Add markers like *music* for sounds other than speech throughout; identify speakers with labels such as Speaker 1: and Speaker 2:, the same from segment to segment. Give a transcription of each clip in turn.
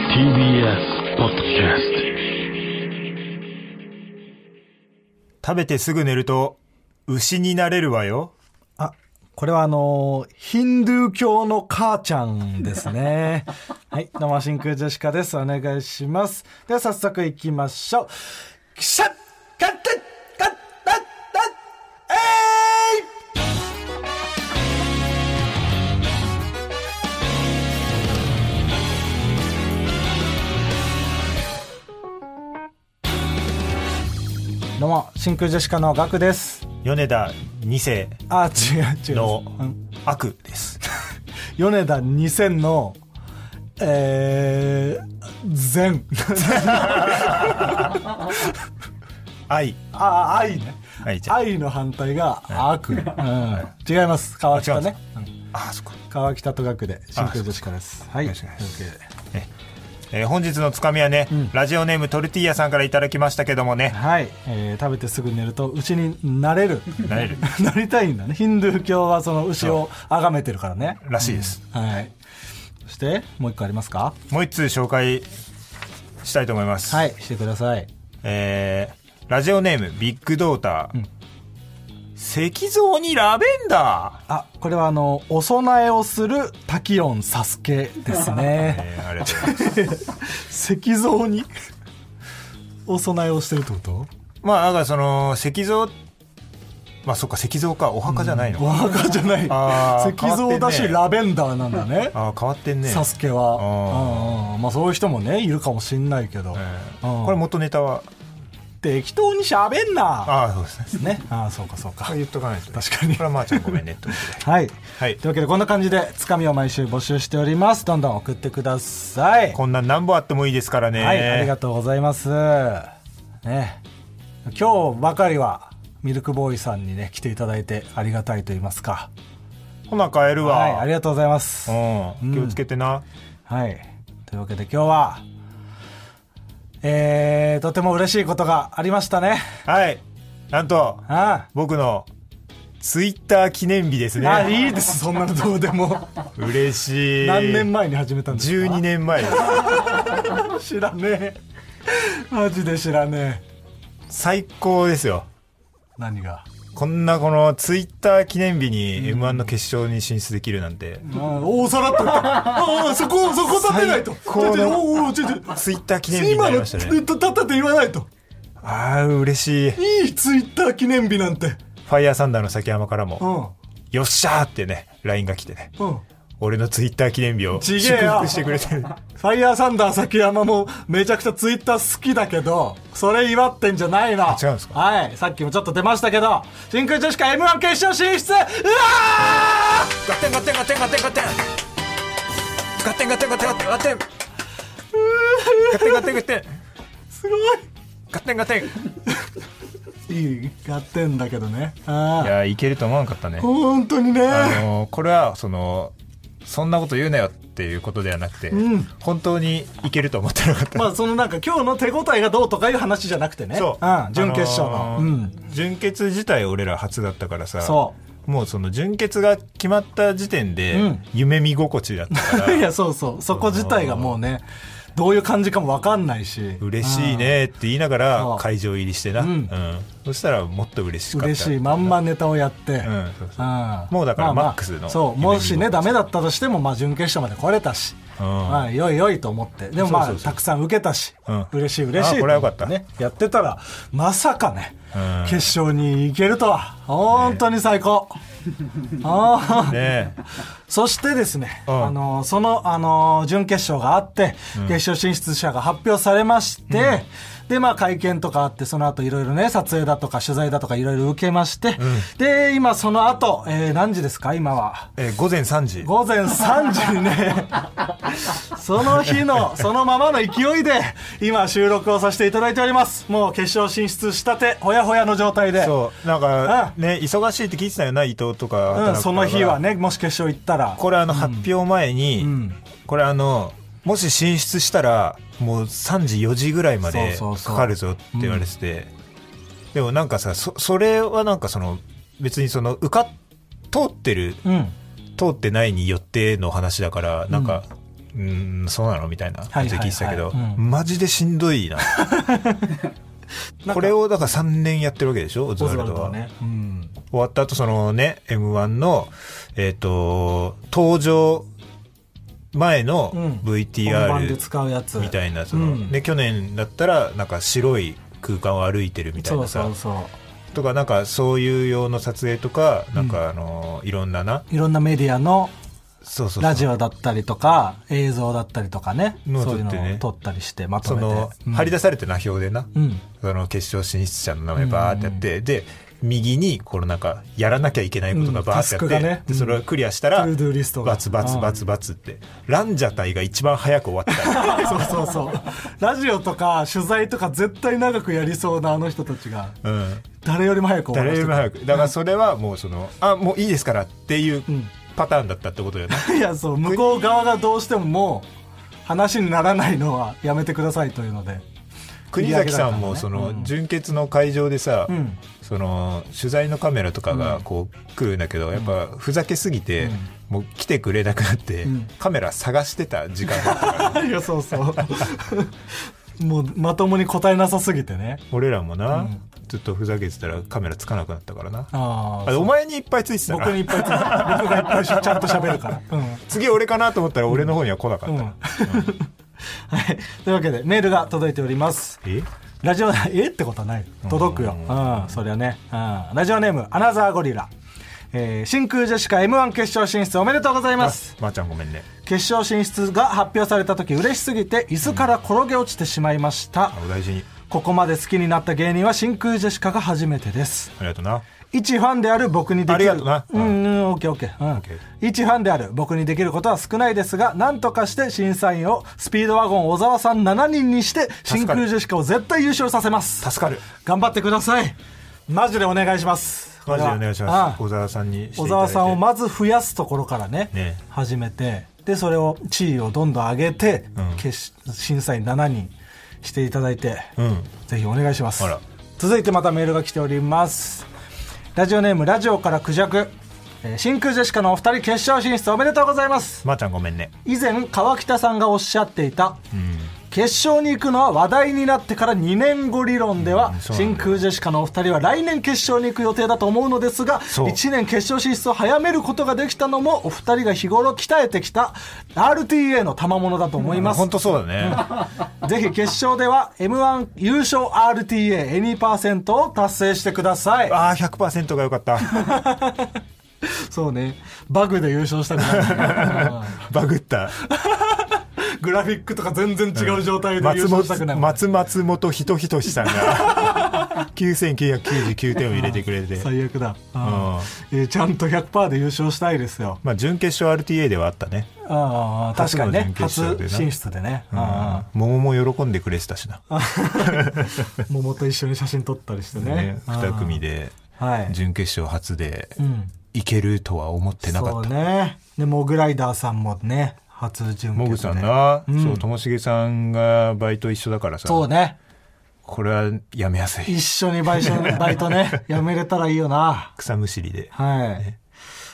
Speaker 1: TBS ポッドキャスト
Speaker 2: 食べてすぐ寝ると牛になれるわよ
Speaker 3: あ、これはあのーヒンドゥー教の母ちゃんですね。はい、どうも真空ジェシカです。お願いします。では早速行きましょう。キシャッカッテッカッタッタッえいどうも、真空ジェシカのガクです。
Speaker 2: 米田二世
Speaker 3: あ、違う違う。
Speaker 2: の
Speaker 3: うん
Speaker 2: 悪です
Speaker 3: 米田2000の、えー、 *laughs* 善。
Speaker 2: 愛
Speaker 3: あ、愛ね。
Speaker 2: 愛ちゃん
Speaker 3: 愛の反対が悪。うん、違います。川北ね。うん
Speaker 2: ああそっか、
Speaker 3: 川北と学で、真空ジェシカです。はい。
Speaker 2: お願いしますえー本日のつかみはね、ラジオネームトルティーヤさんからいただきましたけどもね
Speaker 3: はい、えー食べてすぐ寝ると牛になれる。
Speaker 2: なれる
Speaker 3: *laughs* なりたいんだね。ヒンドゥー教はその牛を崇めてるからね。
Speaker 2: らしいです、
Speaker 3: はい。そして、もう一個ありますか
Speaker 2: もう一通紹介したいと思います、
Speaker 3: はい、してください。
Speaker 2: えーラジオネームビッグドーター、石像にラベン
Speaker 3: *laughs*
Speaker 2: ダ
Speaker 3: あ、これはあの、お供えをする滝音サスケです
Speaker 2: ー、
Speaker 3: ね。
Speaker 2: *laughs* えーありがとうございます
Speaker 3: 石像にお供えをしてるってこと
Speaker 2: まあだからその石像まあそっか石像かお墓じゃないのか、
Speaker 3: お墓じゃない。
Speaker 2: あー
Speaker 3: 石像だし、
Speaker 2: 変わってんね
Speaker 3: ラベンダーなんだね。
Speaker 2: ああ変わってんね
Speaker 3: サスケは。うんうんまあそういう人もね、いるかもしんないけど。
Speaker 2: え
Speaker 3: う
Speaker 2: ー
Speaker 3: ん
Speaker 2: これ元ネタは
Speaker 3: 適当に喋んな
Speaker 2: ああそうですね
Speaker 3: ね。ああ、そうかそうか
Speaker 2: これ。言っとかないと
Speaker 3: 確かに
Speaker 2: これはまーちゃんごめんねってことで
Speaker 3: はい。
Speaker 2: はい
Speaker 3: というわけで、こんな感じで、つかみを毎週募集しております。どんどん送ってください。
Speaker 2: こんな何本あってもいいですからね
Speaker 3: はい、ありがとうございます。ね、今日ばかりはミルクボーイさんにね来ていただいてありがたいと言いますか。
Speaker 2: ほな帰るわ、
Speaker 3: はい、ありがとうございます。
Speaker 2: うん、気をつけてな、
Speaker 3: はい、というわけで今日は、えー、とても嬉しいことがありましたね。
Speaker 2: はいなんと
Speaker 3: あ
Speaker 2: 僕のツイッター記念日です
Speaker 3: あ、あ
Speaker 2: ね
Speaker 3: いいです。そんなのどうでも。
Speaker 2: 嬉しい
Speaker 3: 何年前に始めたんですか。
Speaker 2: 12年前です
Speaker 3: 知らねえ。マジで知らねえ。
Speaker 2: 最高ですよ
Speaker 3: 何が。
Speaker 2: こんなこのツイッター記念日に m 1の決勝に進出できるなんて、
Speaker 3: うんおおさらっと言った。ああ、そこ、そこ立てないと。
Speaker 2: 最高の
Speaker 3: ちょちょおうおう、ちょちょ。
Speaker 2: ツイッター記念日になりました
Speaker 3: 今の
Speaker 2: ね
Speaker 3: 立ったって言わないと。
Speaker 2: ああ嬉しいフ
Speaker 3: いいツイッター記念日なんて。
Speaker 2: ァイヤーサンダーの崎山から
Speaker 3: う
Speaker 2: も
Speaker 3: ん。
Speaker 2: 「よっしゃー!」ってね LINE が来てね
Speaker 3: うん。
Speaker 2: 俺のツイッター記念日を
Speaker 3: ち
Speaker 2: 祝
Speaker 3: げえよ
Speaker 2: 福してくれてる
Speaker 3: ファイヤーサンダー崎山もめちゃくちゃツイッター好きだけど、それ祝ってんじゃないの。
Speaker 2: 違うんですか
Speaker 3: はい。さっきもちょっと出ましたけど、真空ジェシカ M1 決勝進出うわ
Speaker 2: ガテンガテンガテンガテンガテンガテンガテンガテンガテンガテンガテンガテン
Speaker 3: ーすご
Speaker 2: ガテンガテン
Speaker 3: いいいやってんだけどね。あ
Speaker 2: い
Speaker 3: あ。
Speaker 2: やいけると思わんかったね
Speaker 3: 本当に
Speaker 2: あ
Speaker 3: ね。
Speaker 2: のこれはそのそんなこと言うなよっていうことではなくて、
Speaker 3: うん
Speaker 2: 本当にいけると思ってな *laughs* かった、
Speaker 3: まあそのなんか今日の手応えがどうとかいう話じゃなくてね。
Speaker 2: そう、
Speaker 3: ん。準決勝の。
Speaker 2: あ
Speaker 3: う
Speaker 2: の
Speaker 3: ん。
Speaker 2: ー準決自体俺ら初だったからさ
Speaker 3: そ
Speaker 2: もうその準決が決まった時点で、
Speaker 3: うん
Speaker 2: 夢見心地だったか *laughs* ら
Speaker 3: *laughs* いや、そうそう。そこ自体がもうね、どういう感じかもわかんないし。
Speaker 2: 嬉しいねって言いなが
Speaker 3: そ
Speaker 2: ら
Speaker 3: う
Speaker 2: 会場入りしてな、
Speaker 3: う
Speaker 2: うんんそしたらもっと嬉しかった
Speaker 3: 嬉しいまんまネタをやって、
Speaker 2: んそうそう
Speaker 3: ああ
Speaker 2: もうだから
Speaker 3: まあまあ
Speaker 2: マックスの
Speaker 3: そう
Speaker 2: 夢に
Speaker 3: もしねダメだったとしても、まあ、準決勝まで来れたし、
Speaker 2: うん
Speaker 3: まあ、よいよいと思ってでもまあ
Speaker 2: そうそうそう
Speaker 3: たくさん受けたし、
Speaker 2: うん
Speaker 3: 嬉しい嬉しい
Speaker 2: あこれはよかった
Speaker 3: ねやってたらまさかね、
Speaker 2: うん
Speaker 3: 決勝に行けるとは本当に最高、ああ
Speaker 2: ね
Speaker 3: そしてですね、
Speaker 2: うん
Speaker 3: あのその、あの準決勝があって、決勝進出者が発表されまして、で、まあ、会見とかあって、その後いろいろね、撮影だとか取材だとかいろいろ受けまして、で、今その後、えー何時ですか今は。
Speaker 2: えー午前3時
Speaker 3: 午前3時
Speaker 2: *laughs*
Speaker 3: にね、その日の、そのままの勢いで、今収録をさせていただいております。もう決勝進出したて、ほやほやの状態で。
Speaker 2: そうなんかね忙しいって聞いてたよな伊藤とか
Speaker 3: うん、
Speaker 2: 働くから
Speaker 3: その日はね、もし決勝行ったら。
Speaker 2: これあの発表前に、
Speaker 3: ん
Speaker 2: これあのもし進出したらもう3時4時ぐらいまで
Speaker 3: そうそうそう
Speaker 2: かかるぞって言われててでもなんかさそそれはなんかその別にその受かっ通ってる
Speaker 3: うん。
Speaker 2: 通ってないによっての話だからなんか、うーんそうなのみたいな感じで聞いてたけど、
Speaker 3: はいはいはいうん
Speaker 2: マジでしんどいなこれをだから3年やってるわけでしょオズ
Speaker 3: オ
Speaker 2: ワ
Speaker 3: ズ
Speaker 2: ル
Speaker 3: ワル
Speaker 2: ド
Speaker 3: ド
Speaker 2: は
Speaker 3: はね、うん、
Speaker 2: 終わった後そのね m 1のえっ、と登場前の
Speaker 3: 本番
Speaker 2: VTR
Speaker 3: で使うやつ
Speaker 2: みたいなその、
Speaker 3: うん
Speaker 2: ね去年だったらなんか白い空間を歩いてるみたい
Speaker 3: そう
Speaker 2: なさ
Speaker 3: そうそ
Speaker 2: とかなんかそういう用の撮影とかなんかあのいろんなな
Speaker 3: ういろんなメディアの
Speaker 2: そうそうそう
Speaker 3: ラジオだったりとか映像だったりとかね
Speaker 2: のを
Speaker 3: そ
Speaker 2: 撮
Speaker 3: う
Speaker 2: っ
Speaker 3: い
Speaker 2: て
Speaker 3: う
Speaker 2: ね
Speaker 3: のを撮ったりしてまと
Speaker 2: そ
Speaker 3: め
Speaker 2: の
Speaker 3: て、うん
Speaker 2: 張り出されてな表でな、
Speaker 3: うん
Speaker 2: その決勝進出者の名前バーってやって、で右にこのなんかやらなきゃいけないことがバーってやって、
Speaker 3: うんタスクがね
Speaker 2: でそれをクリアしたら、
Speaker 3: うんトゥードゥーリストが
Speaker 2: バツバツバツバツって、ランジャタイが一番早く終わってた
Speaker 3: *laughs* そうそうそうラジオとか取材とか絶対長くやりそうなあの人たちが
Speaker 2: うん
Speaker 3: 誰よりも早く終わら
Speaker 2: 誰
Speaker 3: せ
Speaker 2: よ
Speaker 3: て
Speaker 2: りも早くだからそれはもうそのあもういいですからっていうパターンだったってことだよね、
Speaker 3: いやそう向こう側がどうしてももう話にならないのはやめてくださいというので *laughs*
Speaker 2: 国崎さん
Speaker 3: 繰
Speaker 2: も
Speaker 3: り上げだったんだね
Speaker 2: その純潔の会場でさ、
Speaker 3: うん
Speaker 2: その取材のカメラとかがこう来るんだけど、やっぱふざけすぎて、もう来てくれなくなって、
Speaker 3: ん
Speaker 2: カメラ探してた時間だったから
Speaker 3: いやそうそう
Speaker 2: *laughs*
Speaker 3: もうまともに答えなさすぎてね
Speaker 2: 俺らもな、ずっとふざけてたらカメラつかなくなったからな
Speaker 3: あ
Speaker 2: あれお前にいっぱいついてた
Speaker 3: 僕
Speaker 2: な
Speaker 3: にいっぱいついてる僕がいっぱいちゃんと喋
Speaker 2: *laughs*
Speaker 3: るからうん
Speaker 2: 次俺かなと思ったら俺の方には来なかった、
Speaker 3: うんはい、というわけでメールが届いております
Speaker 2: え
Speaker 3: ラジオえってことはない届くようんそりゃね、うん、ラジオネームアナザーゴリラ、えー真空ジェシカ m 1決勝進出おめでとうございます
Speaker 2: まーちゃんごめんね
Speaker 3: 決勝進出が発表された時嬉しすぎて椅子から転げ落ちてしまいました、
Speaker 2: あお大事に
Speaker 3: ここまで好きになった芸人は真空ジェシカが初めてです
Speaker 2: ありがとうな
Speaker 3: 一ファンである僕にできる
Speaker 2: ありがとうな
Speaker 3: うんうんオッケーオッケーうん
Speaker 2: ッケー
Speaker 3: 一ファンである僕にできることは少ないですが何とかして審査員をスピードワゴン小沢さん7人にして真空ジェシカを絶対優勝させます
Speaker 2: 助かる
Speaker 3: 頑張ってくださいマジでお願いします
Speaker 2: マジでお願いします
Speaker 3: これは
Speaker 2: 小沢さんにしていた
Speaker 3: 小
Speaker 2: だい
Speaker 3: 沢
Speaker 2: て
Speaker 3: さんをまず増やすところからね
Speaker 2: ね
Speaker 3: 始めてでそれを地位をどんどん上げて、
Speaker 2: うん
Speaker 3: 決し審査員7人していただいて、
Speaker 2: うん
Speaker 3: ぜひお願いします
Speaker 2: あら
Speaker 3: 続いてまたメールが来ておりますラジオネームラジオからクジャク、えー真空ジェシカのお二人決勝進出おめでとうございます
Speaker 2: まーちゃんごめんね
Speaker 3: 以前川北さんがおっしゃっていた、決勝に行くのは話題になってから2年後理論では、
Speaker 2: うんそうなんだよ
Speaker 3: 真空ジェシカのお二人は来年決勝に行く予定だと思うのですが
Speaker 2: そう
Speaker 3: 1年決勝進出を早めることができたのもお二人が日頃鍛えてきた RTA の賜物だと思います、
Speaker 2: 本当そうだね
Speaker 3: ぜひ決勝では m 1優勝 RTA エニパーセントを達成してください
Speaker 2: ああ100%が良かった
Speaker 3: *laughs* そうねバグで優勝したくないうん
Speaker 2: バグった
Speaker 3: *laughs* グラフィックとか全然違う状態で優
Speaker 2: 松
Speaker 3: 勝したくない
Speaker 2: 本松松本人人志さんが
Speaker 3: *laughs*
Speaker 2: 9999点を入れてくれて
Speaker 3: 最悪だ、うん
Speaker 2: う
Speaker 3: えーちゃんと100%で優勝したいですよ
Speaker 2: まあ準決勝 RTA ではあったね
Speaker 3: ああ確かにね
Speaker 2: 初
Speaker 3: 初
Speaker 2: の準決勝でな
Speaker 3: 進出でね、
Speaker 2: うん
Speaker 3: あ
Speaker 2: 桃も喜んでくれてたしな
Speaker 3: あ桃と一緒に写真撮ったりしてね
Speaker 2: ね
Speaker 3: ああ
Speaker 2: 2組で
Speaker 3: はい
Speaker 2: 準決勝初で
Speaker 3: ん
Speaker 2: いけるとは思ってなかっ
Speaker 3: そう
Speaker 2: た
Speaker 3: ねでモグライダーさんもね初準
Speaker 2: もぐ
Speaker 3: 決
Speaker 2: さ
Speaker 3: で
Speaker 2: んなそうともしげさんがバイト一緒だからさ
Speaker 3: そうね
Speaker 2: これはやめやすい
Speaker 3: 一緒にバイシ *laughs* ョバイトねやめれたらいいよな
Speaker 2: 草むしりで
Speaker 3: はい、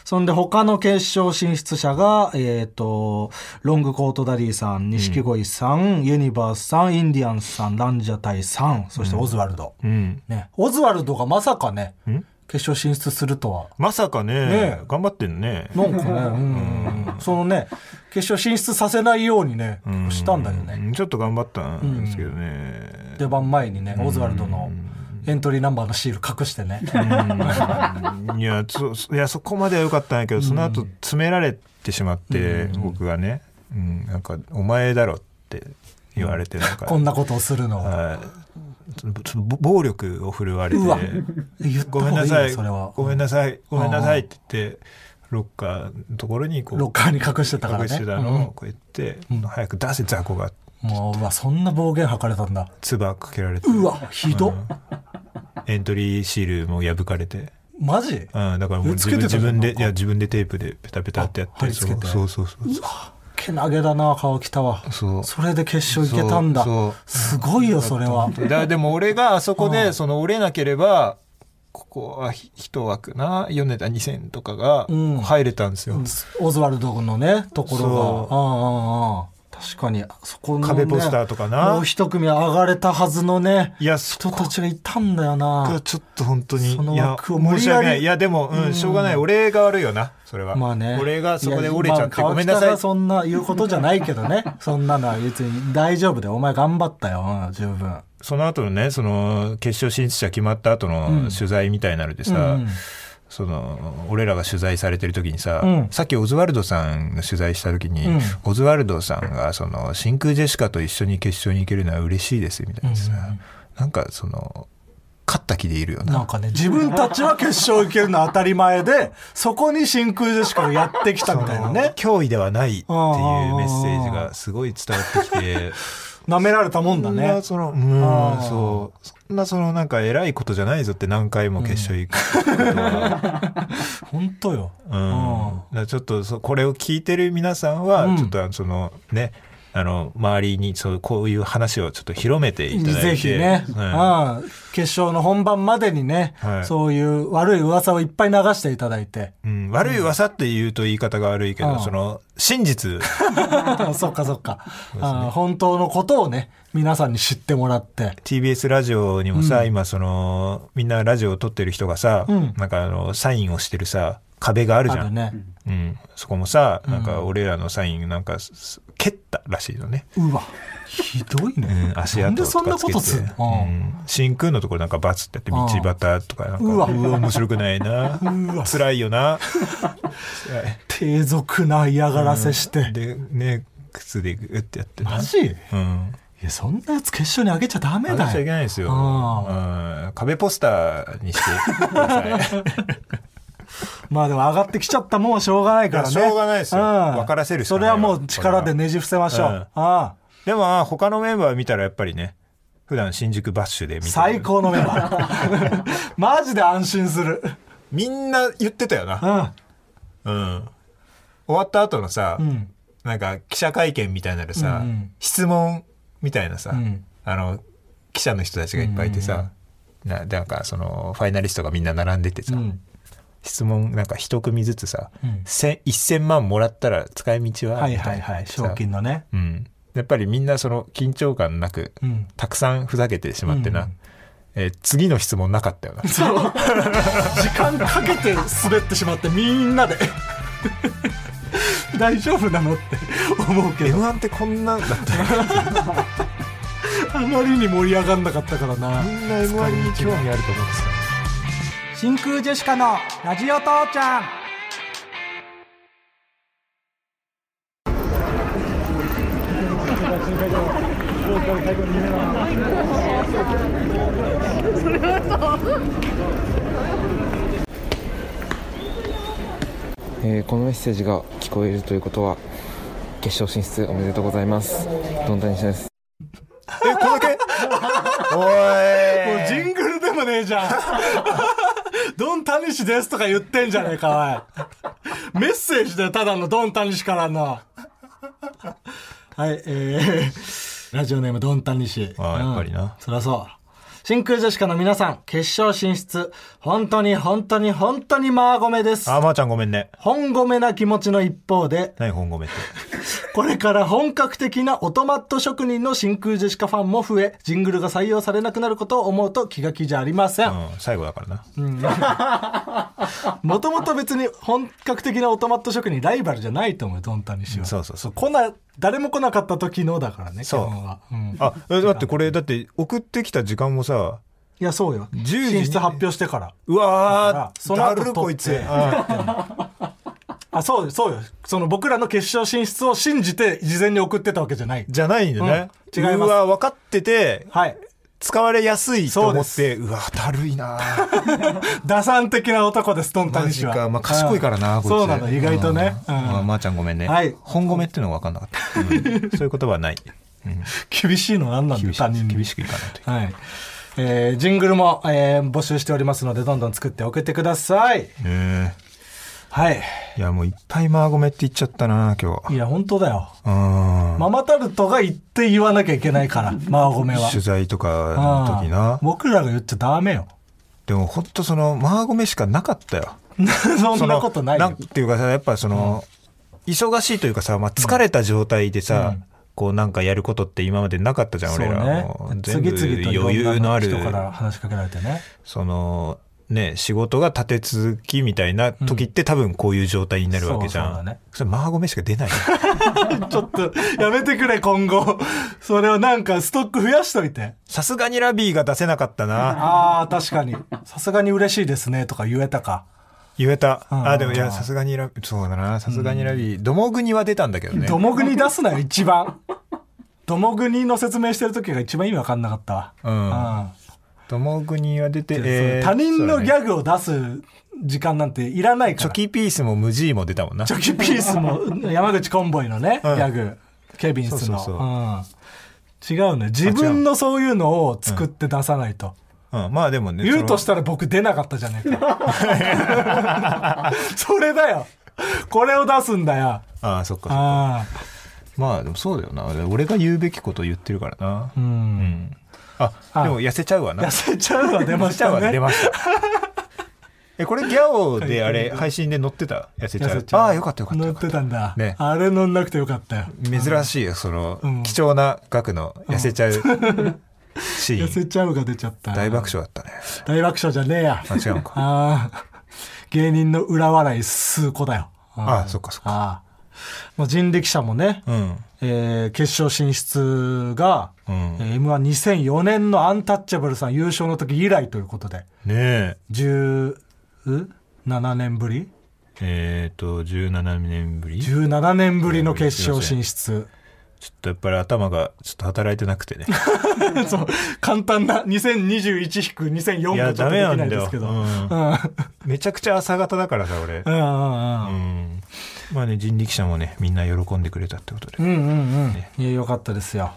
Speaker 3: そんで他の決勝進出者が、えっ、と、ロングコートダディさん、錦鯉さん、ユニバースさん、インディアンスさん、ランジャタイさん、そしてオズワルド。
Speaker 2: うん
Speaker 3: ね、オズワルドがまさかね、決勝進出するとは。
Speaker 2: まさかね
Speaker 3: ね
Speaker 2: 頑張ってんね
Speaker 3: な
Speaker 2: *laughs*
Speaker 3: んかね、うんそのね、決勝進出させないようにね、したんだよね。
Speaker 2: うんちょっと頑張ったんですけどね
Speaker 3: 出番前にね、オズワルドのエントリーナンバーのシール隠してね。
Speaker 2: いやそそいやそこまでは良かったんやけどその後詰められてしまって、僕がね、うん、なんか「お前だろ」って言われてなんか、
Speaker 3: *laughs* こんなことをするのを。
Speaker 2: はいそのそのぼ暴力を振るわれて
Speaker 3: うわ
Speaker 2: 「
Speaker 3: 言った
Speaker 2: ごめんな
Speaker 3: 方が
Speaker 2: い
Speaker 3: い
Speaker 2: さ
Speaker 3: よ、
Speaker 2: い
Speaker 3: それは。
Speaker 2: ごめんなさいごめんなさい」って言ってロッカーのところにこう
Speaker 3: ロッカーに隠してたから
Speaker 2: 隠して
Speaker 3: ね。
Speaker 2: たのをこうやって「早く出せ雑魚が
Speaker 3: もう、うわ、そんな暴言吐かれたんだ。」
Speaker 2: 唾かけられて
Speaker 3: うわ、ひどっ。
Speaker 2: エントリーシールも破かれて。
Speaker 3: マジ
Speaker 2: うん、だからもう
Speaker 3: え
Speaker 2: 自
Speaker 3: つけ
Speaker 2: 分
Speaker 3: てた
Speaker 2: 自分で
Speaker 3: なん
Speaker 2: い
Speaker 3: か
Speaker 2: や自分でテープでペタペタってやっ
Speaker 3: あ貼
Speaker 2: て
Speaker 3: り付けて
Speaker 2: そうそうそうそう
Speaker 3: けなげだな、川北は。
Speaker 2: そう
Speaker 3: それで決勝行けたんだ
Speaker 2: そう。
Speaker 3: すごいよ、それは。
Speaker 2: だからでも俺があそこでその折れなければここはひ一枠な米田2000とかが
Speaker 3: ん
Speaker 2: 入れたんですよ、
Speaker 3: オズワルドのね、ところ
Speaker 2: そ
Speaker 3: が。ああああああ確かにそこの、ね、
Speaker 2: 壁ポスターとかな
Speaker 3: もう一組上がれたはずのね
Speaker 2: いや
Speaker 3: 人たちがいたんだよな
Speaker 2: ちょっと本当に
Speaker 3: その
Speaker 2: いや
Speaker 3: 枠を無
Speaker 2: 申
Speaker 3: 理
Speaker 2: し
Speaker 3: やり
Speaker 2: 訳ないいやでも、うん、しょうがない俺が悪いよなそれは、
Speaker 3: まあね
Speaker 2: 俺がそこで折れちゃって
Speaker 3: いや
Speaker 2: ごめんなさ
Speaker 3: 川北
Speaker 2: い
Speaker 3: がそんな言うことじゃないけどねそんなのは別に大丈夫でお前頑張ったよ十分
Speaker 2: その後のねその決勝進出者決まった後
Speaker 3: うん
Speaker 2: の取材みたいなのでさ、その俺らが取材されてる時にさ、
Speaker 3: うん
Speaker 2: さっきオズワルドさんの取材した時に、
Speaker 3: うん
Speaker 2: オズワルドさんがその真空ジェシカと一緒に決勝に行けるのは嬉しいですみたいなさ、
Speaker 3: うん
Speaker 2: なんかその勝った気でいるよな
Speaker 3: なんかね自分たちは決勝行けるの当たり前 *laughs* でそこに真空ジェシカがやってきたみたいなね
Speaker 2: 脅威ではないっていうメ
Speaker 3: うん
Speaker 2: ッセージがすごい伝わってき
Speaker 3: *laughs*
Speaker 2: て。
Speaker 3: なめられたもんだ
Speaker 2: そん
Speaker 3: ね
Speaker 2: なそのう
Speaker 3: あ
Speaker 2: ん
Speaker 3: ー
Speaker 2: そうそんなそのなんか偉いことじゃないぞって何回も決勝行くことは、
Speaker 3: 本当よ
Speaker 2: うんだからちょっとそこれを聞いてる皆さんは、
Speaker 3: うん
Speaker 2: ちょっとあのそのねあの周りにそうこういう話をちょっと広めていただいて
Speaker 3: ぜひね、
Speaker 2: うん
Speaker 3: うん決勝の本番までにね、
Speaker 2: はい
Speaker 3: そういう悪い噂をいっぱい流していただい *laughs* て
Speaker 2: うん悪い噂って言うと言い方が悪いけど、
Speaker 3: うん
Speaker 2: その真実
Speaker 3: そっかそっか、あ本当のことをね皆さんに知ってもらって
Speaker 2: TBS ラジオにもさ、今そのみんなラジオを撮ってる人がさ、
Speaker 3: うん
Speaker 2: なんかあのサインをしてるさ壁があるじゃ
Speaker 3: あ
Speaker 2: ん
Speaker 3: るね
Speaker 2: うん、そこもさなんか俺らのサインなんかすす蹴ったらしいのね、
Speaker 3: うわひどいね、
Speaker 2: 足
Speaker 3: なん
Speaker 2: 跡
Speaker 3: で
Speaker 2: と
Speaker 3: そんな
Speaker 2: かつ
Speaker 3: こ
Speaker 2: け
Speaker 3: と
Speaker 2: て
Speaker 3: すん
Speaker 2: う
Speaker 3: の、
Speaker 2: ん真空のところなんかバツってやって道端とかなんか
Speaker 3: う
Speaker 2: う
Speaker 3: わ
Speaker 2: わ面白くない
Speaker 3: *laughs*
Speaker 2: な辛いよな辛い
Speaker 3: 低俗な嫌がらせして、
Speaker 2: でね靴でグってやってな
Speaker 3: マジい
Speaker 2: うん
Speaker 3: やそんなやつ決勝にあげちゃダメ
Speaker 2: 話しち
Speaker 3: だ
Speaker 2: ゃいけ
Speaker 3: よ
Speaker 2: ないですよ、
Speaker 3: あ
Speaker 2: うん、壁ポスターにしてくだ
Speaker 3: *laughs*
Speaker 2: さい
Speaker 3: まあでも上がってきちゃったもんはしょうがないからね
Speaker 2: いやしょうがないですよ
Speaker 3: ん
Speaker 2: 分からせるしか
Speaker 3: そ
Speaker 2: ない
Speaker 3: れはもう力でねじ伏せましょう、
Speaker 2: うん
Speaker 3: ああ
Speaker 2: でもまあ他のメンバー見たらやっぱりね普段新宿バッシュで見てる
Speaker 3: 最高のメンバ *laughs* ーマジで安心する
Speaker 2: みんな言ってたよな
Speaker 3: う、ん
Speaker 2: うん、終わった後のさ、
Speaker 3: うん
Speaker 2: なんか記者会見みたいなのでさ、
Speaker 3: うんうん
Speaker 2: 質問みたいなさ、
Speaker 3: うん
Speaker 2: あの記者の人たちがいっぱいいてさ、ななんかそのファイナリストがみんな並んでてさ、
Speaker 3: うん
Speaker 2: 質問なんか一組ずつさ、
Speaker 3: うん
Speaker 2: 千1,000万もらったら使い道は
Speaker 3: はいはいはい
Speaker 2: みたな
Speaker 3: 賞金のね
Speaker 2: うん、やっぱりみんなその緊張感なく、
Speaker 3: うん
Speaker 2: たくさんふざけてしまってな、
Speaker 3: うん
Speaker 2: えー次の質問なかったよな
Speaker 3: そう時間かけて滑ってしまってみんなで *laughs* 大丈夫なのって思うけど
Speaker 2: m 1ってこんなんだった
Speaker 3: あまりに盛り上がんなかったからな
Speaker 2: みんな m 1に興味あると思うんですよ
Speaker 3: 真空ジェシカのラジオ父ちゃん
Speaker 4: えーこのメッセージが聞こえるということは決勝進出おめでとうございますどんたにしです
Speaker 2: え、これだけ
Speaker 3: もうジングルでもねえじゃん。 *laughs* ドン・タニシですとか言ってんじゃねえか、おい。メッセージだよ、ただのドン・タニシからの。はい、えー、ラジオネームドン・タニシ。
Speaker 2: ああやっぱりな
Speaker 3: うんそりゃそう。真空ジェシカの皆さん、決勝進出、本当に本当に本当にマーゴメです。
Speaker 2: あ、まー、ちゃんごめんね。
Speaker 3: 本ゴメな気持ちの一方で、
Speaker 2: 何本ごめんって。
Speaker 3: これから本格的なオトマット職人の真空ジェシカファンも増え、ジングルが採用されなくなることを思うと気が気じゃありません。
Speaker 2: うん、最後だからな。
Speaker 3: もともと別に本格的なオトマット職人ライバルじゃないと思うよドンタニシは、
Speaker 2: そうそうそう。
Speaker 3: こな誰も来なかった時のだからね
Speaker 2: そう
Speaker 3: 基本は、うん
Speaker 2: あ、えだってこれ、だって送ってきた時間もさ、
Speaker 3: いやそうよ
Speaker 2: 10時に
Speaker 3: 進出発表してから
Speaker 2: うわー、
Speaker 3: その後
Speaker 2: だる
Speaker 3: 撮って
Speaker 2: こいつ。あ
Speaker 3: あそうよそうよその僕らの決勝進出を信じて事前に送ってたわけじゃない
Speaker 2: じゃないんだね。
Speaker 3: うん違います
Speaker 2: うわ、分かってて、
Speaker 3: はい
Speaker 2: 使われやすいと
Speaker 3: そう
Speaker 2: 思
Speaker 3: で
Speaker 2: って、うわ、だるいな
Speaker 3: 打算的な男ですドンタ
Speaker 2: マ
Speaker 3: ニシ
Speaker 2: ジ
Speaker 3: は
Speaker 2: か。まあ、賢いからな、
Speaker 3: うん
Speaker 2: こいつ。
Speaker 3: そうなの意外とね、
Speaker 2: うん
Speaker 3: うん
Speaker 2: まあまーちゃんごめんね。
Speaker 3: はい
Speaker 2: 本ごめっていうのが分かんなかっ
Speaker 3: *laughs*
Speaker 2: た。うんそういうことはない。うん
Speaker 3: 厳しいのなんなんだ
Speaker 2: 厳
Speaker 3: よ
Speaker 2: し
Speaker 3: 他人
Speaker 2: い
Speaker 3: に
Speaker 2: 厳しくいかないといけない。
Speaker 3: はいえージングルも、えー募集しておりますのでどんどん作って送ってください
Speaker 2: え
Speaker 3: はい
Speaker 2: ーいや、もういっぱいマーゴメって言っちゃったな、今日。
Speaker 3: いや本当だよ
Speaker 2: うん。
Speaker 3: ママタルトが言って言わなきゃいけないから、マーゴメは。
Speaker 2: 取材とかの時
Speaker 3: うん
Speaker 2: な。
Speaker 3: 僕らが言っちゃダメよ。 *laughs*
Speaker 2: でもほんとその、マーゴメしかなかったよ。
Speaker 3: そんな
Speaker 2: の
Speaker 3: ことない
Speaker 2: な
Speaker 3: よ
Speaker 2: ん。ていうかさ、やっぱその、忙しいというかさ、まあ、疲れた状態でさ、こうなんかやることって今までなかったじゃん、
Speaker 3: そう
Speaker 2: 俺ら
Speaker 3: ね
Speaker 2: も。全部
Speaker 3: 次々とい
Speaker 2: 余
Speaker 3: ろ
Speaker 2: 裕
Speaker 3: ん
Speaker 2: の
Speaker 3: な
Speaker 2: ある
Speaker 3: 人から話しかけられてね
Speaker 2: そのね仕事が立て続きみたいな時って、多分こういう状態になるわけじゃん
Speaker 3: そうそうだね
Speaker 2: それマーゴメしか出
Speaker 3: *laughs*
Speaker 2: ない
Speaker 3: ちょっとやめてくれ今後 *laughs* それをなんかストック増やしといて
Speaker 2: さすがにラビーが出せなかったな
Speaker 3: あー確かにさすがに嬉しいですねとか言えたか
Speaker 2: 言えた
Speaker 3: うん
Speaker 2: あでもいやさすがにラビーそうだなさすがにラビーどもぐには出たんだけど
Speaker 3: *laughs*
Speaker 2: ね
Speaker 3: どもぐに出すなよ一番どもぐにの説明してる時が一番意味わかんなかったわ
Speaker 2: うん
Speaker 3: うん
Speaker 2: どもぐには出て
Speaker 3: で
Speaker 2: えー
Speaker 3: その他人
Speaker 2: そう
Speaker 3: の
Speaker 2: だね
Speaker 3: ギャグを出す時間なんていらないか
Speaker 2: チョ
Speaker 3: ら。
Speaker 2: キピースも無地も出たもんな
Speaker 3: チョキピースもうん *laughs* 山口コンボイのね、
Speaker 2: うん
Speaker 3: ギャグ。ケビンスの。
Speaker 2: そうそう
Speaker 3: うん違うね。自分のそういうのを作って出さないと。
Speaker 2: うんまあでもね
Speaker 3: 言うとし
Speaker 2: そ
Speaker 3: たら僕出なかったじゃねえか。 *laughs* それだよ。これを出すんだよ。
Speaker 2: のああそっかそっか
Speaker 3: あ
Speaker 2: まあでもそうだよな俺が言うべきこと言ってるからな
Speaker 3: あ。
Speaker 2: う
Speaker 3: う。
Speaker 2: んんあ
Speaker 3: あ
Speaker 2: でも痩せちゃうわな
Speaker 3: 痩せちゃうは出ました
Speaker 2: 出
Speaker 3: ね。
Speaker 2: ま
Speaker 3: *laughs*
Speaker 2: した。え、これギャオであれ、配信で載ってた痩せちゃ
Speaker 3: 痩
Speaker 2: う
Speaker 3: せちゃう
Speaker 2: ああ、よかったよかった
Speaker 3: 乗
Speaker 2: よ
Speaker 3: っ
Speaker 2: か
Speaker 3: て
Speaker 2: った
Speaker 3: んだ
Speaker 2: ね。
Speaker 3: あれ乗んなくてよかったよ。
Speaker 2: た。珍しいよ、その、
Speaker 3: うん
Speaker 2: 貴重な額の痩せちゃうシ
Speaker 3: *laughs* 痩
Speaker 2: ーン。
Speaker 3: せちゃうが出ちゃった。
Speaker 2: 大爆笑だったね。
Speaker 3: 大爆笑じゃねえや。
Speaker 2: あ、違うの
Speaker 3: *laughs*
Speaker 2: か。
Speaker 3: ああ、芸人の裏笑い数個だよ。
Speaker 2: ああ、そっかそっか。
Speaker 3: ああ。まあ、人力車もね、
Speaker 2: うん。
Speaker 3: えー決勝進出が、
Speaker 2: うん。ね
Speaker 3: えー M12004 年のアンタッチャブルさん優勝の時以来ということで、
Speaker 2: え。
Speaker 3: 17年ぶり
Speaker 2: えっ、と、17年ぶりちょっ
Speaker 3: ?17 年ぶりの決勝進出。
Speaker 2: とやっぱり頭がちょっと働いてなく
Speaker 3: *laughs*
Speaker 2: てね。
Speaker 3: そう、簡単な2021-2004
Speaker 2: い
Speaker 3: が
Speaker 2: や、
Speaker 3: ちょ
Speaker 2: ダ
Speaker 3: っとで
Speaker 2: メな
Speaker 3: きなんい
Speaker 2: だ
Speaker 3: で
Speaker 2: よ
Speaker 3: す、け
Speaker 2: う
Speaker 3: ど。
Speaker 2: ん
Speaker 3: うん。うん
Speaker 2: めちゃくちゃ朝方だからさ、俺。
Speaker 3: うん
Speaker 2: う
Speaker 3: うん。
Speaker 2: ん。まあね、人力車もね、みんな喜んでくれたってことで
Speaker 3: う。んうんうん。いや、よかったですよ。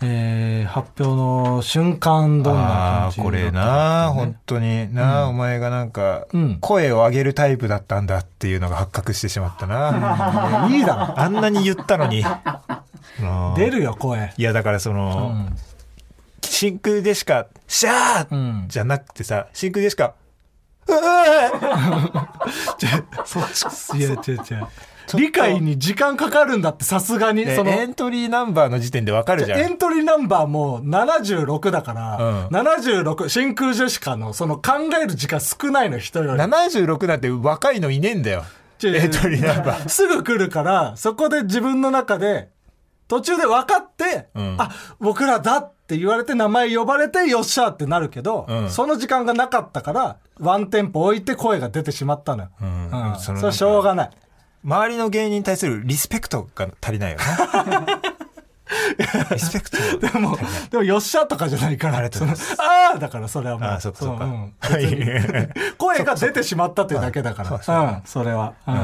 Speaker 3: えー発表の瞬間、どんな
Speaker 2: あ
Speaker 3: 気
Speaker 2: あ
Speaker 3: 持ち
Speaker 2: ーこれ
Speaker 3: だった
Speaker 2: な本当にな、お前がなんか
Speaker 3: うん
Speaker 2: 声を上げるタイプだったんだっていうのが発覚してしまったな、
Speaker 3: *laughs* いいだ
Speaker 2: あんなに言ったの
Speaker 3: *laughs*
Speaker 2: にうん
Speaker 3: ろ。出るよ、声。
Speaker 2: いやだからそうの、
Speaker 3: ん。
Speaker 2: 真空でしか「シャー!」
Speaker 3: うん。
Speaker 2: じゃなくてさ真空でしか「うわ
Speaker 3: そいや、違う違う。理解に時間かかるんだって、さすがに。
Speaker 2: ー!」
Speaker 3: その、
Speaker 2: エントリーナンバーの時点でわかるじゃん
Speaker 3: エントリーナンバーも76だから、
Speaker 2: うん
Speaker 3: 76、真空ジェシカの、その考える時間少ないの、人より。
Speaker 2: 76なんて若いのいねえんだよ
Speaker 3: 違う違う
Speaker 2: エントリーナンバー
Speaker 3: すぐ来るから、そこで自分の中で、途中で分かって、
Speaker 2: うん
Speaker 3: あ、僕らだって言われて名前呼ばれて、よっしゃってなるけど、
Speaker 2: うん
Speaker 3: その時間がなかったから、ワンテンポ置いて声が出てしまったのよ。
Speaker 2: ん
Speaker 3: うんそ
Speaker 2: そ
Speaker 3: れ
Speaker 2: の
Speaker 3: はしょうがない。
Speaker 2: 周りの芸人に対するリスペクトが足りない
Speaker 3: *laughs*
Speaker 2: よねリスペクト
Speaker 3: でも、でもよっしゃとかじゃないから、
Speaker 2: ありが *laughs* とうございます
Speaker 3: そのあーだからそれはもう。
Speaker 2: ああ、そっかそっか。
Speaker 3: ううん
Speaker 2: *laughs* はい
Speaker 3: 声が出てしまったというだけだから。、
Speaker 2: そううそうん
Speaker 3: それは。うん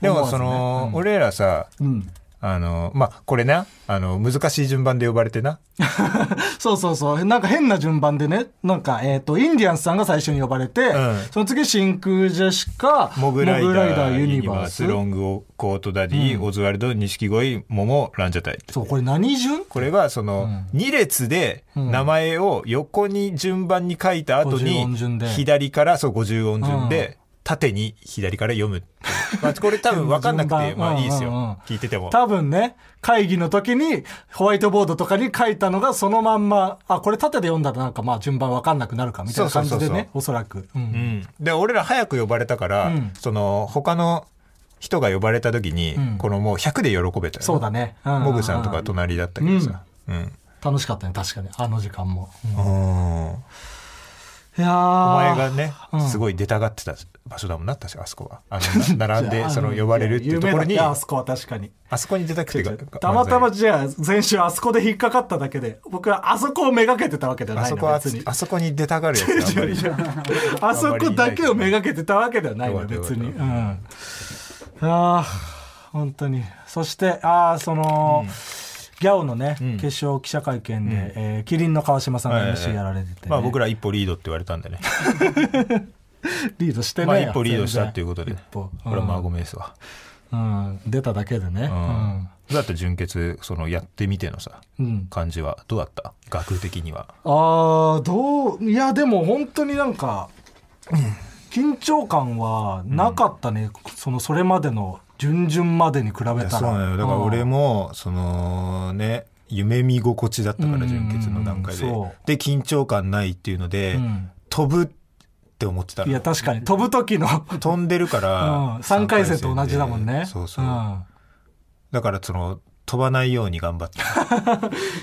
Speaker 2: で
Speaker 3: 思
Speaker 2: も、
Speaker 3: わ
Speaker 2: そ
Speaker 3: ずね
Speaker 2: の、俺らさ、
Speaker 3: うん。
Speaker 2: あの、まあ、これな、あの、難しい順番で呼ばれてな。
Speaker 3: そうそうそう。なんか変な順番でね。なんか、えっ、と、インディアンスさんが最初に呼ばれて、
Speaker 2: ん
Speaker 3: その次、真空ジェシカ、
Speaker 2: モグライダー、
Speaker 3: ユニバース。
Speaker 2: ロングコートダディ、オズワルド、錦鯉、桃、ランジャタイ。
Speaker 3: そう、これ何順
Speaker 2: これは、その、二2列で、名前を横に順番に書いた後
Speaker 3: 50
Speaker 2: に
Speaker 3: 音順で、
Speaker 2: 左から、そう、50音順で、縦に左から読むって
Speaker 3: *laughs*
Speaker 2: いう。まあ、これ多分分かんなくて、
Speaker 3: 順番
Speaker 2: まあいいですよ
Speaker 3: うんうんうん。
Speaker 2: 聞いてても。
Speaker 3: 多分ね、会議の時に、ホワイトボードとかに書いたのがそのまんま、あ、これ縦で読んだらなんかまあ順番わかんなくなるかみたいな感じでね、
Speaker 2: そうそうそうそう
Speaker 3: おそらく。うん
Speaker 2: うん、で俺ら早く呼ばれたから、
Speaker 3: ん
Speaker 2: その他の人が呼ばれた時に、
Speaker 3: ん
Speaker 2: このもう100で喜べたよ、
Speaker 3: そうだね。う
Speaker 2: モグさんとか隣だったけどさ、うん
Speaker 3: 楽しかったね、確かに。あの時間も。うん
Speaker 2: うん
Speaker 3: いや
Speaker 2: お
Speaker 3: お
Speaker 2: 前がね、
Speaker 3: うん
Speaker 2: すごい出たがってた場所だもんな確かあそこはあ
Speaker 3: *laughs*
Speaker 2: のな並んでその呼ばれるっていうところに
Speaker 3: あ
Speaker 2: あ
Speaker 3: そこは確かに。
Speaker 2: そこに出たくて
Speaker 3: たまたま
Speaker 2: 漫
Speaker 3: じゃあ先週あそこで引っかかっただけで僕はあそこをめがけてたわけでは
Speaker 2: 才あ
Speaker 3: ない
Speaker 2: そ
Speaker 3: の
Speaker 2: こは
Speaker 3: 別に
Speaker 2: あそこに出たがるやつ *laughs* あんまり
Speaker 3: あそこだけをめがけてたわけではないの
Speaker 2: よかったよか
Speaker 3: 別
Speaker 2: った
Speaker 3: に、うん、ああ本当にそしてああその、ギャオのね、決勝記者会見で、えーキリンの川島さん
Speaker 2: はい
Speaker 3: が
Speaker 2: はいはい
Speaker 3: MC やられててね、
Speaker 2: まあ僕ら一歩リードって言われたんでね、
Speaker 3: リードしてね、
Speaker 2: まあ一歩リードしたっていうことで、
Speaker 3: 全
Speaker 2: ね
Speaker 3: 然、一歩
Speaker 2: これはまあごめんですわ、
Speaker 3: うんうん出ただけでね、うん
Speaker 2: うん、だって純潔そのやってみてのさ
Speaker 3: うん、
Speaker 2: 感じはどうだった学的には
Speaker 3: あーどういやでも本当になんか緊張感はなかったね、そのそれまでの準々までに比べた
Speaker 2: いや
Speaker 3: ら
Speaker 2: そうなのよだから俺もそのね夢見心地だったか
Speaker 3: うんう
Speaker 2: ら
Speaker 3: ん
Speaker 2: 純潔の段階で、
Speaker 3: そ
Speaker 2: で緊張感ないっていうので、
Speaker 3: うん
Speaker 2: 飛ぶって思ってた
Speaker 3: い
Speaker 2: ら
Speaker 3: や確かに飛ぶ時の、
Speaker 2: 飛んでるか
Speaker 3: う
Speaker 2: ら、
Speaker 3: ん、3回戦と同じだもんね
Speaker 2: そうそう、
Speaker 3: ん
Speaker 2: だからその飛ばないように頑張って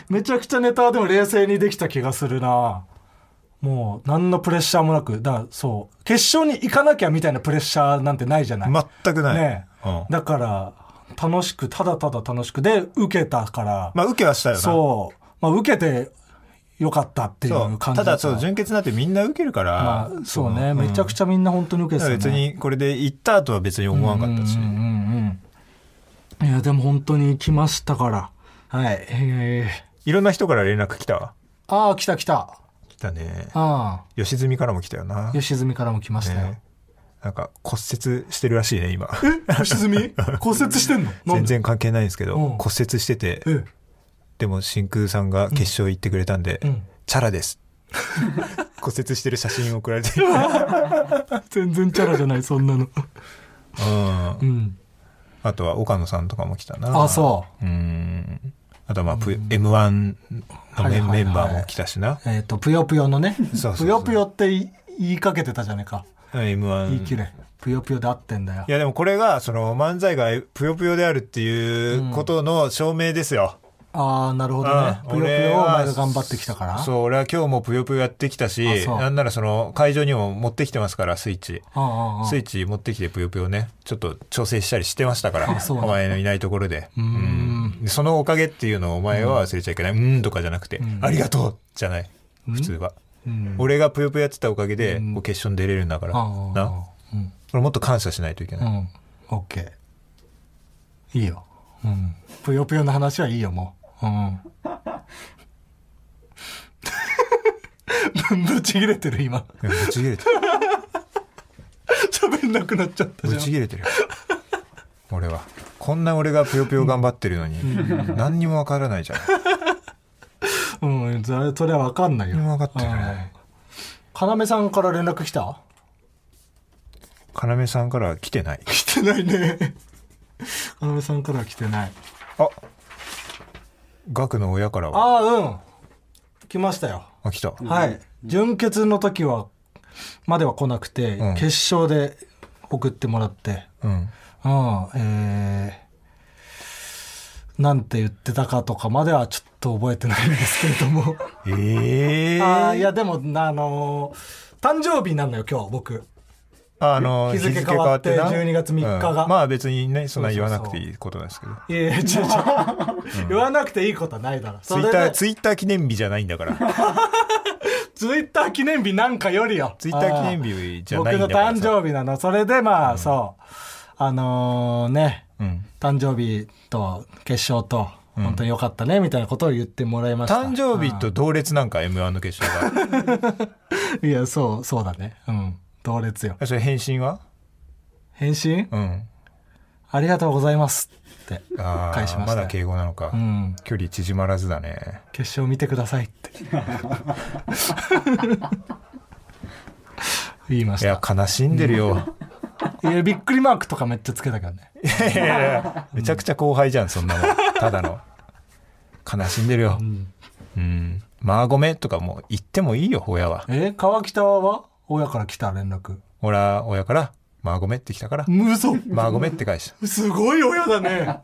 Speaker 3: めちゃくちゃネタはでも冷静にできた気がするなもう何のプレッシャーもなくだからそう決勝に行かなきゃみたいなプレッシャーなんてないじゃない、
Speaker 2: 全くない、
Speaker 3: ね
Speaker 2: うん
Speaker 3: だから楽しくただただ楽しくで受けたから、
Speaker 2: まあ受けはしたよな
Speaker 3: そう、まあ、受けてよかったってい
Speaker 2: そう
Speaker 3: 感じ
Speaker 2: ただ
Speaker 3: った
Speaker 2: そう純潔なんてみんな受けるから、
Speaker 3: まあ、そうね、
Speaker 2: ん
Speaker 3: めちゃくちゃみんな本当に受け
Speaker 2: だ
Speaker 3: て
Speaker 2: か
Speaker 3: た、
Speaker 2: ら
Speaker 3: ね、
Speaker 2: 別にこれで行ったとは別に思わなかったし、
Speaker 3: うんうんうんうんいやでも本当に来ましたからはいえ
Speaker 2: いろんな人から連絡来たわ
Speaker 3: ー、ああ来た来た
Speaker 2: 来たね
Speaker 3: あ
Speaker 2: 吉住からも来たよな
Speaker 3: あ良純からも来ましたよ、
Speaker 2: ねなんか骨折してるらしいね今
Speaker 3: え良純
Speaker 2: *laughs*
Speaker 3: 骨折してんのなん
Speaker 2: 全
Speaker 3: で
Speaker 2: 然関係ないんですけど
Speaker 3: うん
Speaker 2: 骨折してて
Speaker 3: え
Speaker 2: でも真空さんが決勝行ってくれたんで、
Speaker 3: うん
Speaker 2: チャラです *laughs* 骨折してる写真送られて、
Speaker 3: 全然チャラじゃないそんなの
Speaker 2: うん
Speaker 3: うん
Speaker 2: あとは岡野さんとかも来たな
Speaker 3: ああそう
Speaker 2: うんあとはまあ、M1 のメ,、
Speaker 3: はいはいはい
Speaker 2: メンバーも来たしな
Speaker 3: うえっ、とぷよぷよのね
Speaker 2: そうそうそう
Speaker 3: ぷよぷよって言い言いかけてたじゃねえか
Speaker 2: M1
Speaker 3: 言い切れ、ぷよぷよで合ってんだよ
Speaker 2: いやでもこれがその漫才がぷよぷよであるっていうことの証明ですよ。
Speaker 3: ああなるほどね
Speaker 2: うん
Speaker 3: ぷよぷ
Speaker 2: 俺
Speaker 3: よをお
Speaker 2: は
Speaker 3: 前が頑張ってきたから
Speaker 2: そう俺は今日もぷよぷよやってきた
Speaker 3: あ
Speaker 2: し
Speaker 3: そう
Speaker 2: なんならその会場にも持ってきてますからスイッチ。
Speaker 3: ああああ
Speaker 2: スイッチ持ってきてぷよぷよねちょっと調整したりしてましたから
Speaker 3: あそうなんだ
Speaker 2: お前のいないところで
Speaker 3: ん
Speaker 2: うんそのおかげっていうのをお前は忘れちゃいけない「うん」とかじゃなくて「ありがとう」じゃない普通は、
Speaker 3: うん
Speaker 2: 俺がぷよぷよやってたおかげでこう決勝に出れるんだから、
Speaker 3: ああ
Speaker 2: な
Speaker 3: ああうん
Speaker 2: これもっと感謝しないといけない、
Speaker 3: うん。オッケー。いいよ。うん。ぷよぷよの話はいいよ、もう。うん。 *laughs* ぶち切れてる、今。
Speaker 2: いやぶち切
Speaker 3: *laughs*
Speaker 2: れてる
Speaker 3: 喋んなくなっちゃったじ
Speaker 2: ぶ
Speaker 3: ゃん
Speaker 2: ち。切れてるよ俺はこんな俺がぷよぷよ頑張ってるのに何にもわからないじゃん
Speaker 3: うん、それ、それはわかんないよ。
Speaker 2: 何にも分かってない
Speaker 3: うん。要さんから連絡来た
Speaker 2: 要さんからは来てない
Speaker 3: 来てないね。要さんからは来てない。
Speaker 2: あガクの親からは
Speaker 3: ああ、うん。来ましたよ。
Speaker 2: あ来た
Speaker 3: はい。準決の時は、までは来なくて、
Speaker 2: うん
Speaker 3: 決勝で送ってもらって。
Speaker 2: うん
Speaker 3: うん、えー、なんて言ってたかとかまではちょっと覚えてないんですけ
Speaker 2: *laughs*
Speaker 3: れども。
Speaker 2: ええ
Speaker 3: あーいや、でも、なあのー誕生日なのよ、今日、僕。
Speaker 2: あの
Speaker 3: 日付変わって
Speaker 2: 日付
Speaker 3: 12月3日が
Speaker 2: うんまあ別にねそんな言わなくていいことなんですけど
Speaker 3: いやいや、違う違う。言わなくていいことはないだろ。そ
Speaker 2: ツイ
Speaker 3: れ
Speaker 2: ッター
Speaker 3: で、
Speaker 2: ツイッター記念日じゃないんだから
Speaker 3: ツイッター記念日なんかよりよ。
Speaker 2: ツイッター記念日じゃない
Speaker 3: 僕
Speaker 2: んだ
Speaker 3: の
Speaker 2: から
Speaker 3: 誕
Speaker 2: さ
Speaker 3: 生日なの。それで、まあ、そう。あのーね、
Speaker 2: うん
Speaker 3: 誕生日と決勝と、本当に良かったね、みたいなことを言ってもらいました。
Speaker 2: 誕生日と同列なんか m 1の決勝
Speaker 3: *laughs*
Speaker 2: が
Speaker 3: いや、そう、そうだね。うん。同列よ。
Speaker 2: えそれ返信は
Speaker 3: 返信
Speaker 2: うん
Speaker 3: ありがとうございますって
Speaker 2: あー
Speaker 3: 返しましたよ。
Speaker 2: だ敬語なのか、
Speaker 3: うん。
Speaker 2: 距離縮まらずだね
Speaker 3: 決勝見てくださいって。 *laughs* 言いまし
Speaker 2: いや
Speaker 3: た。
Speaker 2: 悲しんでるよ、
Speaker 3: いや、びっくりマークとかめっちゃつけたけどね。
Speaker 2: いやいやいやめちゃくちゃ後輩じゃんそんなのただの悲しんでるようん、まあごめんとかもう言ってもいいよ親は
Speaker 3: え川北は親から来た連絡。
Speaker 2: ほら親からまあごめんって来たから
Speaker 3: 嘘
Speaker 2: まあごめんって返した
Speaker 3: すごい親
Speaker 2: *laughs*
Speaker 3: だね。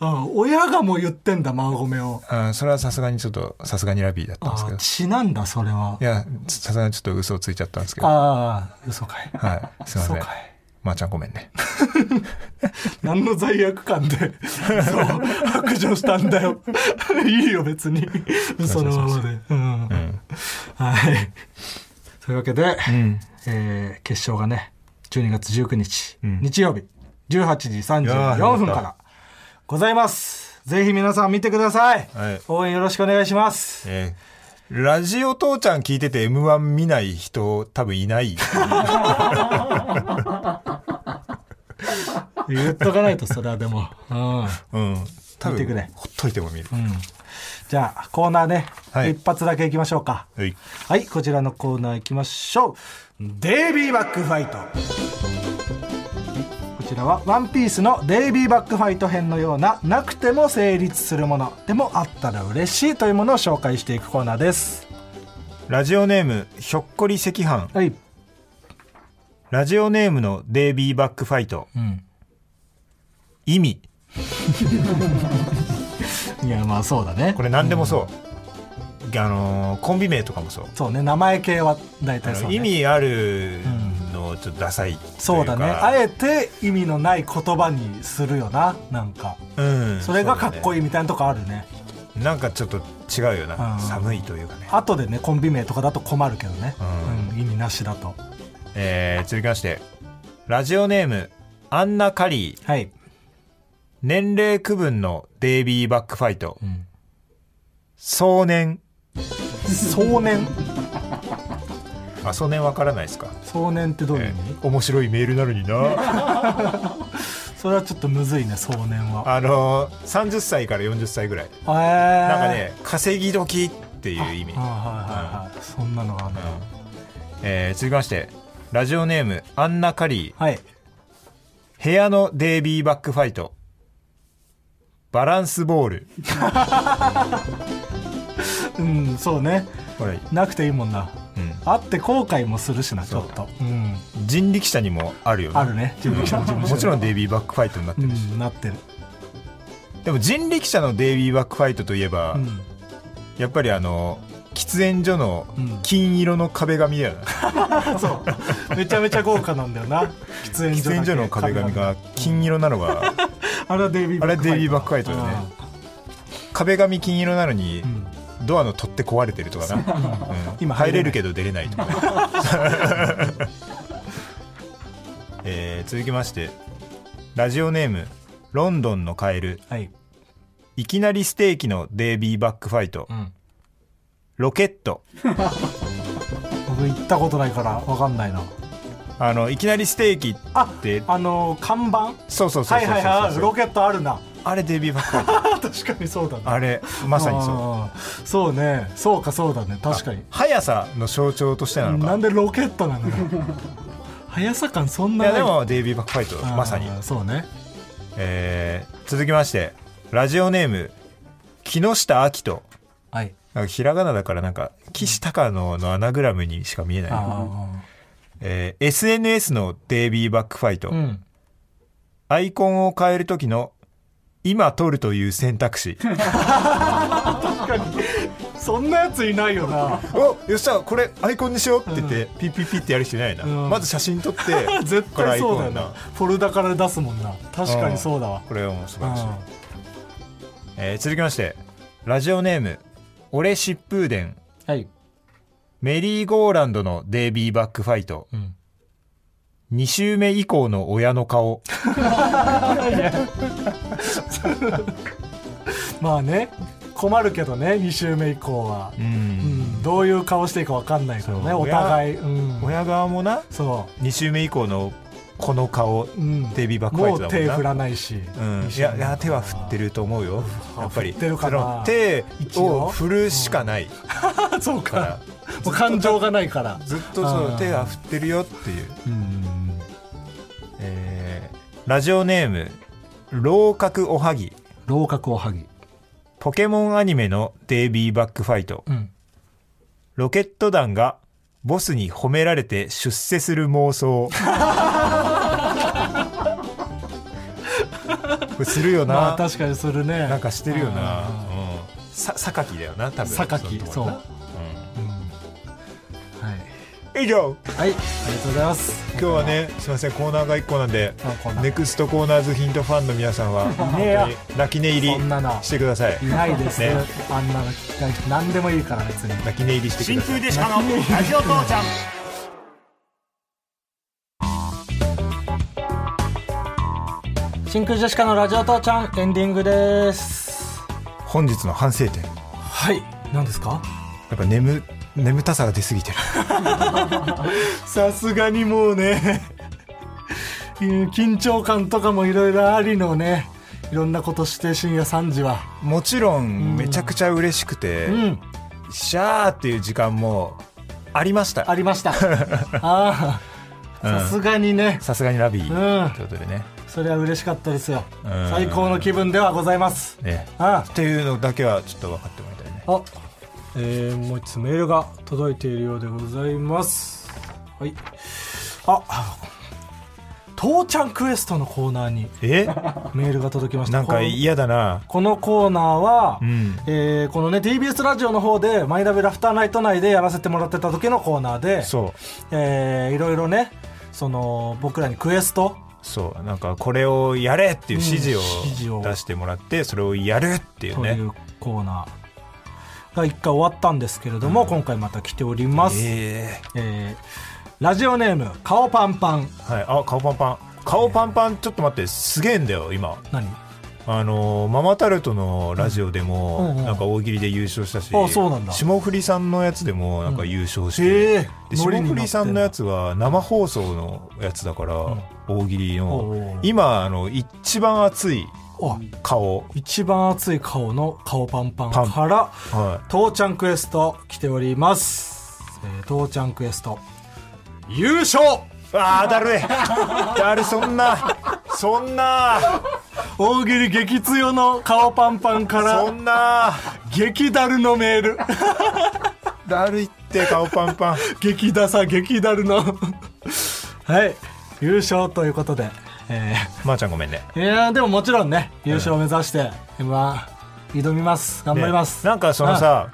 Speaker 3: あ親がもう言ってんだ、マーゴメを。
Speaker 2: あーそれはさすがにちょっとさすがにラビーだったんですけ
Speaker 3: あ
Speaker 2: ど
Speaker 3: 血なんだ、それは。
Speaker 2: いやさすがにちょっと嘘をついちゃったんですけど
Speaker 3: ああ、嘘かい。
Speaker 2: はいすいま
Speaker 3: 嘘
Speaker 2: せん
Speaker 3: かい。
Speaker 2: まー、ちゃんごめんね
Speaker 3: 何の罪
Speaker 2: *laughs*
Speaker 3: 悪感でそう白状したんだよ *laughs* いいよ別に嘘のままでうん、はいというわけで、
Speaker 2: ん
Speaker 3: えー決勝がね12月19日、
Speaker 2: ん
Speaker 3: 日曜日18時34分からございますぜひ皆さん見てください、
Speaker 2: はい
Speaker 3: 応援よろしくお願いします
Speaker 2: えーラジオ父ちゃん聞いてて m 1見ない人多分いない
Speaker 3: 言っとかないとそれはで *laughs* も、うん、
Speaker 2: うん多
Speaker 3: 見てくれ
Speaker 2: 分ほっといても見る、
Speaker 3: じゃあコーナーね、
Speaker 2: はい
Speaker 3: 一発だけいきましょうか
Speaker 2: はい
Speaker 3: はい、こちらのコーナー行きましょう。デイビーバックファイト。こちラは「ワンピースのデイビーバックファイト編のようななくても成立するものでもあったら嬉しいというものを紹介していくコーナーです
Speaker 2: ラジオネームひょっこり赤飯
Speaker 3: はい、
Speaker 2: ラジオネームのデイビーバックファイト
Speaker 3: うん、
Speaker 2: 意味
Speaker 3: いやまあそうだね
Speaker 2: これ何でもそう、あのーコンビ名とかもそう
Speaker 3: そうね名前系は大
Speaker 2: あ
Speaker 3: 体そう、
Speaker 2: の
Speaker 3: ね、
Speaker 2: 意味あるのちょっとダサいというか
Speaker 3: そうだねあえて意味のない言葉にするよななんか
Speaker 2: うん
Speaker 3: それがかっこ
Speaker 2: い
Speaker 3: いいみたいなとこあるね
Speaker 2: いなんかちょっと違うよな、
Speaker 3: うん
Speaker 2: 寒いというかね
Speaker 3: 後でねコンビ名とかだと困るけどね、
Speaker 2: うん
Speaker 3: うん意味なしだと
Speaker 2: えー、続きましてラジオネームアンナ・カリー
Speaker 3: はい、
Speaker 2: 年齢区分のデイビーバックファイト
Speaker 3: うん、
Speaker 2: 壮年
Speaker 3: 壮年
Speaker 2: あ壮年わからないですか、
Speaker 3: 壮年ってどういう意
Speaker 2: え
Speaker 3: 味、
Speaker 2: ー面白いメールなのにな
Speaker 3: それはちょっとむずいね壮年は
Speaker 2: あのー、30歳から40歳ぐらい
Speaker 3: へえ
Speaker 2: なんかね稼ぎ時っていう意味、
Speaker 3: はいはいはいはいそんなのがあるのよ
Speaker 2: えー、続きましてラジオネームアンナ・カリ
Speaker 3: はい
Speaker 2: ー部屋のデイビーバックファイトバランスボール
Speaker 3: うんそうね
Speaker 2: これ、
Speaker 3: なくていいもんな
Speaker 2: うん、
Speaker 3: あって後悔もするしなちょっとうん
Speaker 2: 人力車にもあるよね
Speaker 3: あるね人力車
Speaker 2: *laughs*
Speaker 3: も
Speaker 2: もちろんデイビーバックファイトになって
Speaker 3: う
Speaker 2: るし、
Speaker 3: んなってる
Speaker 2: でも人力車のデイビーバックファイトといえば、
Speaker 3: うん
Speaker 2: やっぱりあの喫煙所の
Speaker 3: うん
Speaker 2: 金色の壁紙だよな、
Speaker 3: そうめちゃめちゃ豪華なんだ
Speaker 2: *laughs*
Speaker 3: よな喫煙所
Speaker 2: 喫
Speaker 3: だけ
Speaker 2: 煙所の壁紙が金色なのが
Speaker 3: あれはデイビーバック
Speaker 2: あれデイビーバックファイトだね壁紙金色なのに
Speaker 3: うん
Speaker 2: ドアの取って壊れてるとかな、うん
Speaker 3: 今
Speaker 2: 入れるけど出れないとかね、 *laughs* えー続きましてラジオネームロンドンのカエル
Speaker 3: はい
Speaker 2: いきなりステーキのデイビーバックファイト、
Speaker 3: ん
Speaker 2: ロケット
Speaker 3: 僕行ったことないから分かんないな
Speaker 2: あのいきなりステーキ
Speaker 3: あ
Speaker 2: で
Speaker 3: あのー看板
Speaker 2: そうそうそう
Speaker 3: はい
Speaker 2: そう
Speaker 3: はい
Speaker 2: そう
Speaker 3: はい
Speaker 2: そう
Speaker 3: ロケットあるな
Speaker 2: あれデイビーバックファイト
Speaker 3: 確かにそうだね
Speaker 2: あれまさに
Speaker 3: *laughs*
Speaker 2: そう
Speaker 3: うそうねそうかそうだね確かに
Speaker 2: 速さの象徴としてなのか
Speaker 3: なんでロケットなのよ速さ感そん
Speaker 2: い
Speaker 3: な
Speaker 2: や
Speaker 3: ない
Speaker 2: でもデイビーバックファイト
Speaker 3: あー
Speaker 2: まさに
Speaker 3: そうね
Speaker 2: えー続きましてラジオネーム木下明人
Speaker 3: はい
Speaker 2: なんかひらがなだからなんか岸高野のアナグラムにしか見えない、
Speaker 3: あ
Speaker 2: えー SNS のデイビーバックファイト、
Speaker 3: あうん
Speaker 2: アイコンを変える時の今撮るという選択
Speaker 3: *laughs*
Speaker 2: 肢
Speaker 3: そんなやついないよな
Speaker 2: およっしゃこれアイコンにしようって言って、ピッピッピッってやる人いないな、
Speaker 3: うん
Speaker 2: まず写真撮って
Speaker 3: *laughs* 絶
Speaker 2: これア
Speaker 3: 対
Speaker 2: イ
Speaker 3: そう
Speaker 2: コ
Speaker 3: だよ
Speaker 2: ン
Speaker 3: な
Speaker 2: な
Speaker 3: フォルダから出すもんな確かにそうだわ
Speaker 2: これはもう素晴らしい、
Speaker 3: う
Speaker 2: えー続きましてラジオネーム俺疾風伝
Speaker 3: んはい
Speaker 2: メリーゴーランドのデイビーバックファイト、
Speaker 3: うん
Speaker 2: 2周目以降の親の顔
Speaker 3: まあね困るけどね2週目以降は、
Speaker 2: うん
Speaker 3: うんどういう顔していいか分かんないからね
Speaker 2: そう
Speaker 3: お互い、うん、
Speaker 2: 親側もな
Speaker 3: そ
Speaker 2: 2週目以降のこの顔
Speaker 3: う、うん、
Speaker 2: デイビーバックファイ
Speaker 3: も
Speaker 2: ト
Speaker 3: う
Speaker 2: だもんな
Speaker 3: 手振らないし、
Speaker 2: うん、
Speaker 3: 二
Speaker 2: い
Speaker 3: 周目
Speaker 2: やいや手は振ってると思うよやっぱり
Speaker 3: 振ってるかな
Speaker 2: その手を振るしかない
Speaker 3: あ *laughs* そう
Speaker 2: か
Speaker 3: からもう感情がないから
Speaker 2: *laughs* ずっとそ
Speaker 3: あー
Speaker 2: の手は振ってるよっていう、
Speaker 3: うん
Speaker 2: えーラジオネーム「老角おはぎ
Speaker 3: 老角おはぎ」
Speaker 2: ポケモンアニメのデイビーバックファイト
Speaker 3: うん
Speaker 2: ロケット団がボスに褒められて出世する妄
Speaker 3: *laughs*
Speaker 2: 想これするよな、
Speaker 3: まあ確かにするね
Speaker 2: なんかしてるよな、う
Speaker 3: う
Speaker 2: ん、さ榊だよな多分
Speaker 3: 榊
Speaker 2: のとこな
Speaker 3: そううんはい
Speaker 2: うん以上
Speaker 3: はいありがとうございます
Speaker 2: 今日はねすいませんコーナーが1個なんで
Speaker 3: あコーナー
Speaker 2: ネクストコーナーズヒントファンの皆さんは本
Speaker 3: ねえよ
Speaker 2: 当に泣き寝入り
Speaker 3: そんなの
Speaker 2: してください
Speaker 3: いないです、
Speaker 2: ね
Speaker 3: あんなの聞きたい人何でもいいから別に
Speaker 2: 泣き寝入りしてください
Speaker 5: でしかのラジオ父ちゃん
Speaker 3: 真空ジェシカのラジオ父ちゃんエンディングです
Speaker 2: 本日の反省点や
Speaker 3: はい何ですか
Speaker 2: っぱ眠眠たさが出すぎてる
Speaker 3: さすがにもうね *laughs* うん緊張感とかもいろいろありのねいろんなことして深夜3時は
Speaker 2: もちろんめちゃくちゃ嬉しくて、
Speaker 3: うん
Speaker 2: シャーっていう時間もありました
Speaker 3: あり *laughs* ましたああ
Speaker 2: うん
Speaker 3: さすがにね
Speaker 2: さすがにラビ
Speaker 3: う
Speaker 2: ー
Speaker 3: ん
Speaker 2: ということでね、
Speaker 3: そそれは嬉しかったですよ
Speaker 2: うん
Speaker 3: 最高の気分ではございます
Speaker 2: ね
Speaker 3: あ
Speaker 2: っていうのだけはちょっと分かってもらいたいね
Speaker 3: あ、えー、もう一つメールが届いているようでございますはいあ父ちゃんクエストのコーナーに
Speaker 2: え
Speaker 3: メールが届きま *laughs* した
Speaker 2: なんか嫌だな
Speaker 3: このコーナーは、
Speaker 2: うん
Speaker 3: えーこのね TBS ラジオの方で「マイナビラフターナイト」内でやらせてもらってた時のコーナーで、
Speaker 2: そう
Speaker 3: えーいろいろねその僕らにクエスト
Speaker 2: そうなんかこれをやれっていう指示を
Speaker 3: うん指示を
Speaker 2: 出してもらってそれをやるっていう
Speaker 3: と
Speaker 2: ね
Speaker 3: いうコーナーが一回終わったんですけれども、今回また来ております、え
Speaker 2: え
Speaker 3: ーラジオネーム顔パンパン
Speaker 2: えはいあ顔パンパン顔パンパンちょっと待ってすげえんだよ今
Speaker 3: 何
Speaker 2: あのーママタルトのラジオでも、
Speaker 3: うんうんうん
Speaker 2: なんか大喜利で優勝したし、
Speaker 3: あそうなんだ
Speaker 2: 霜降りさんのやつでもなんか優勝して、
Speaker 3: へ
Speaker 2: で
Speaker 3: えノリになってんだ
Speaker 2: 霜降りさんのやつは生放送のやつだから、大喜利
Speaker 3: おうおうおう
Speaker 2: の今あの一番熱い
Speaker 3: あ
Speaker 2: 顔、
Speaker 3: 一番熱い顔の顔パンパン
Speaker 2: パン
Speaker 3: から
Speaker 2: は
Speaker 3: 父ちゃんクエスト来ております、えー父ちゃんクエスト優勝
Speaker 2: い、あーだるいだるいそんなそんな
Speaker 3: 大喜利激強の顔パンパンか
Speaker 2: そ
Speaker 3: ら
Speaker 2: ん
Speaker 3: *laughs*
Speaker 2: な
Speaker 3: 激ダルのメール *laughs*
Speaker 2: だるいって顔パンパン
Speaker 3: 激ダサ激ダルの *laughs* はい優勝ということで、え
Speaker 2: まー、ちゃんごめんね
Speaker 3: ーいやーでももちろんね優勝を目指して m 1挑みます頑張ります、
Speaker 2: ねなんかそのさ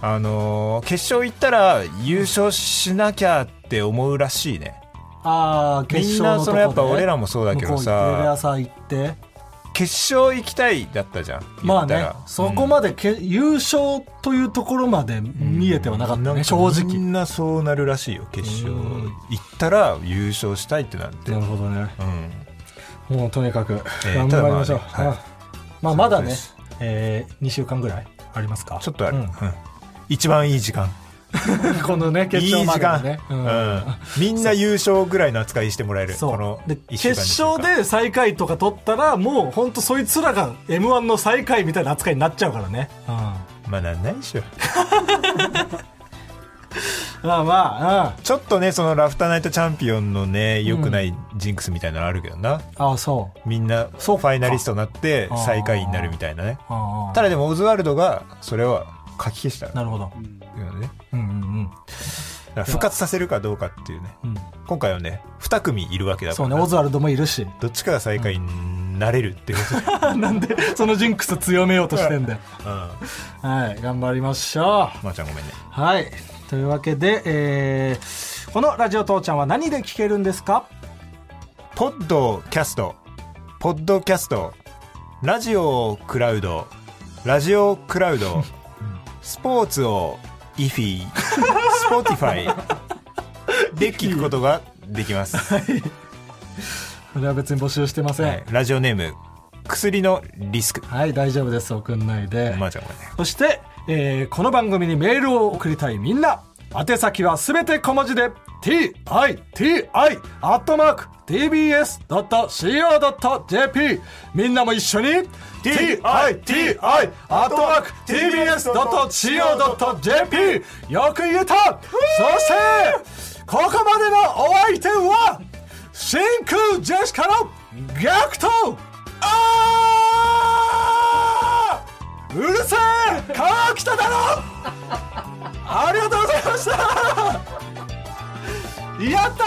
Speaker 2: あのー決勝行ったら優勝しなきゃって思うらしいね
Speaker 3: ああ
Speaker 2: み
Speaker 3: 決
Speaker 2: ん
Speaker 3: 勝
Speaker 2: な
Speaker 3: のと
Speaker 2: その
Speaker 3: こで
Speaker 2: やっぱ俺らもそうだけど
Speaker 3: 向こう行ってテレ
Speaker 2: さ
Speaker 3: 朝行って
Speaker 2: 決勝行きたいだったじゃん
Speaker 3: まあ
Speaker 2: 言っ
Speaker 3: ね
Speaker 2: たら
Speaker 3: そこまでけ、優勝というところまで見えてはなかったね、
Speaker 2: なんか
Speaker 3: 正
Speaker 2: み
Speaker 3: 直
Speaker 2: んなそうなるらしいよ決勝行ったら優勝したいってなって、うん
Speaker 3: るほどねもうとにかく
Speaker 2: えー
Speaker 3: 頑張りましょう、
Speaker 2: ただまあねはい
Speaker 3: うんまあまだね
Speaker 2: そ、
Speaker 3: えー、2週間ぐらいありますか
Speaker 2: ちょっとある、
Speaker 3: う
Speaker 2: うんん一番いい時間
Speaker 3: この *laughs* ね
Speaker 2: い
Speaker 3: 決
Speaker 2: い
Speaker 3: 勝
Speaker 2: 時
Speaker 3: ま
Speaker 2: 間、
Speaker 3: でのね
Speaker 2: うん
Speaker 3: うん *laughs*
Speaker 2: みんな優勝ぐらいの扱いしてもらえる
Speaker 3: そ
Speaker 2: こ
Speaker 3: う
Speaker 2: の
Speaker 3: で
Speaker 2: 一週間
Speaker 3: 決勝
Speaker 2: 二週間
Speaker 3: で最下位とか取ったらもう本当そいつらが m 1の最下位みたいな扱いになっちゃうからね、うん、ま
Speaker 2: まあなんないでしょ
Speaker 3: あまあ、うん、
Speaker 2: ちょっとねそのラフターナイトチャンピオンのね良くないジンクスみたいなのあるけどな、
Speaker 3: ああそう
Speaker 2: みんなフ
Speaker 3: そうか
Speaker 2: ァイナリストになって
Speaker 3: あー
Speaker 2: 最下位になるみたいなね
Speaker 3: ああ
Speaker 2: ただでもオズワルドがそれは書き消した
Speaker 3: なるほど
Speaker 2: っていうのね
Speaker 3: うんうんうん
Speaker 2: だから復活させるかどうかっていうね
Speaker 3: うん
Speaker 2: 今回はね2組いるわけだか
Speaker 3: そう
Speaker 2: ら
Speaker 3: ね、オズワルドもいるし。
Speaker 2: どっちかが最下位になれるっていうことで、 *laughs*
Speaker 3: *laughs* なんで、そのジンクス強めようとしてんだよ。
Speaker 2: うん、ま
Speaker 3: はい、頑張りましょう。
Speaker 2: ー、ちゃんごめんね
Speaker 3: はい。というわけで、えーこのラジオ父ちゃんは何で聞けるんですか
Speaker 2: ポッドキャストポッドキャストラジオクラウドラジオクラウドスポーツをイフィスポティファイで聞くことができます、
Speaker 3: これは別に募集してません。は
Speaker 2: はい
Speaker 3: い、、
Speaker 2: ラジオネーム薬のリスク
Speaker 3: 大丈夫です。送んないで。
Speaker 2: まー、ちゃんごめんね
Speaker 3: そして、えーこの番組にメールを送りたいみんな宛先はすべて小文字で TITI アットマーク TBS.CO.JP みんなも一緒に TITI アットマーク TBS.CO.JP よく言えたそしてここまでのお相手は真空ジェシカのガクトあーうるせえ川北だろ *laughs* ありがとうございましたやった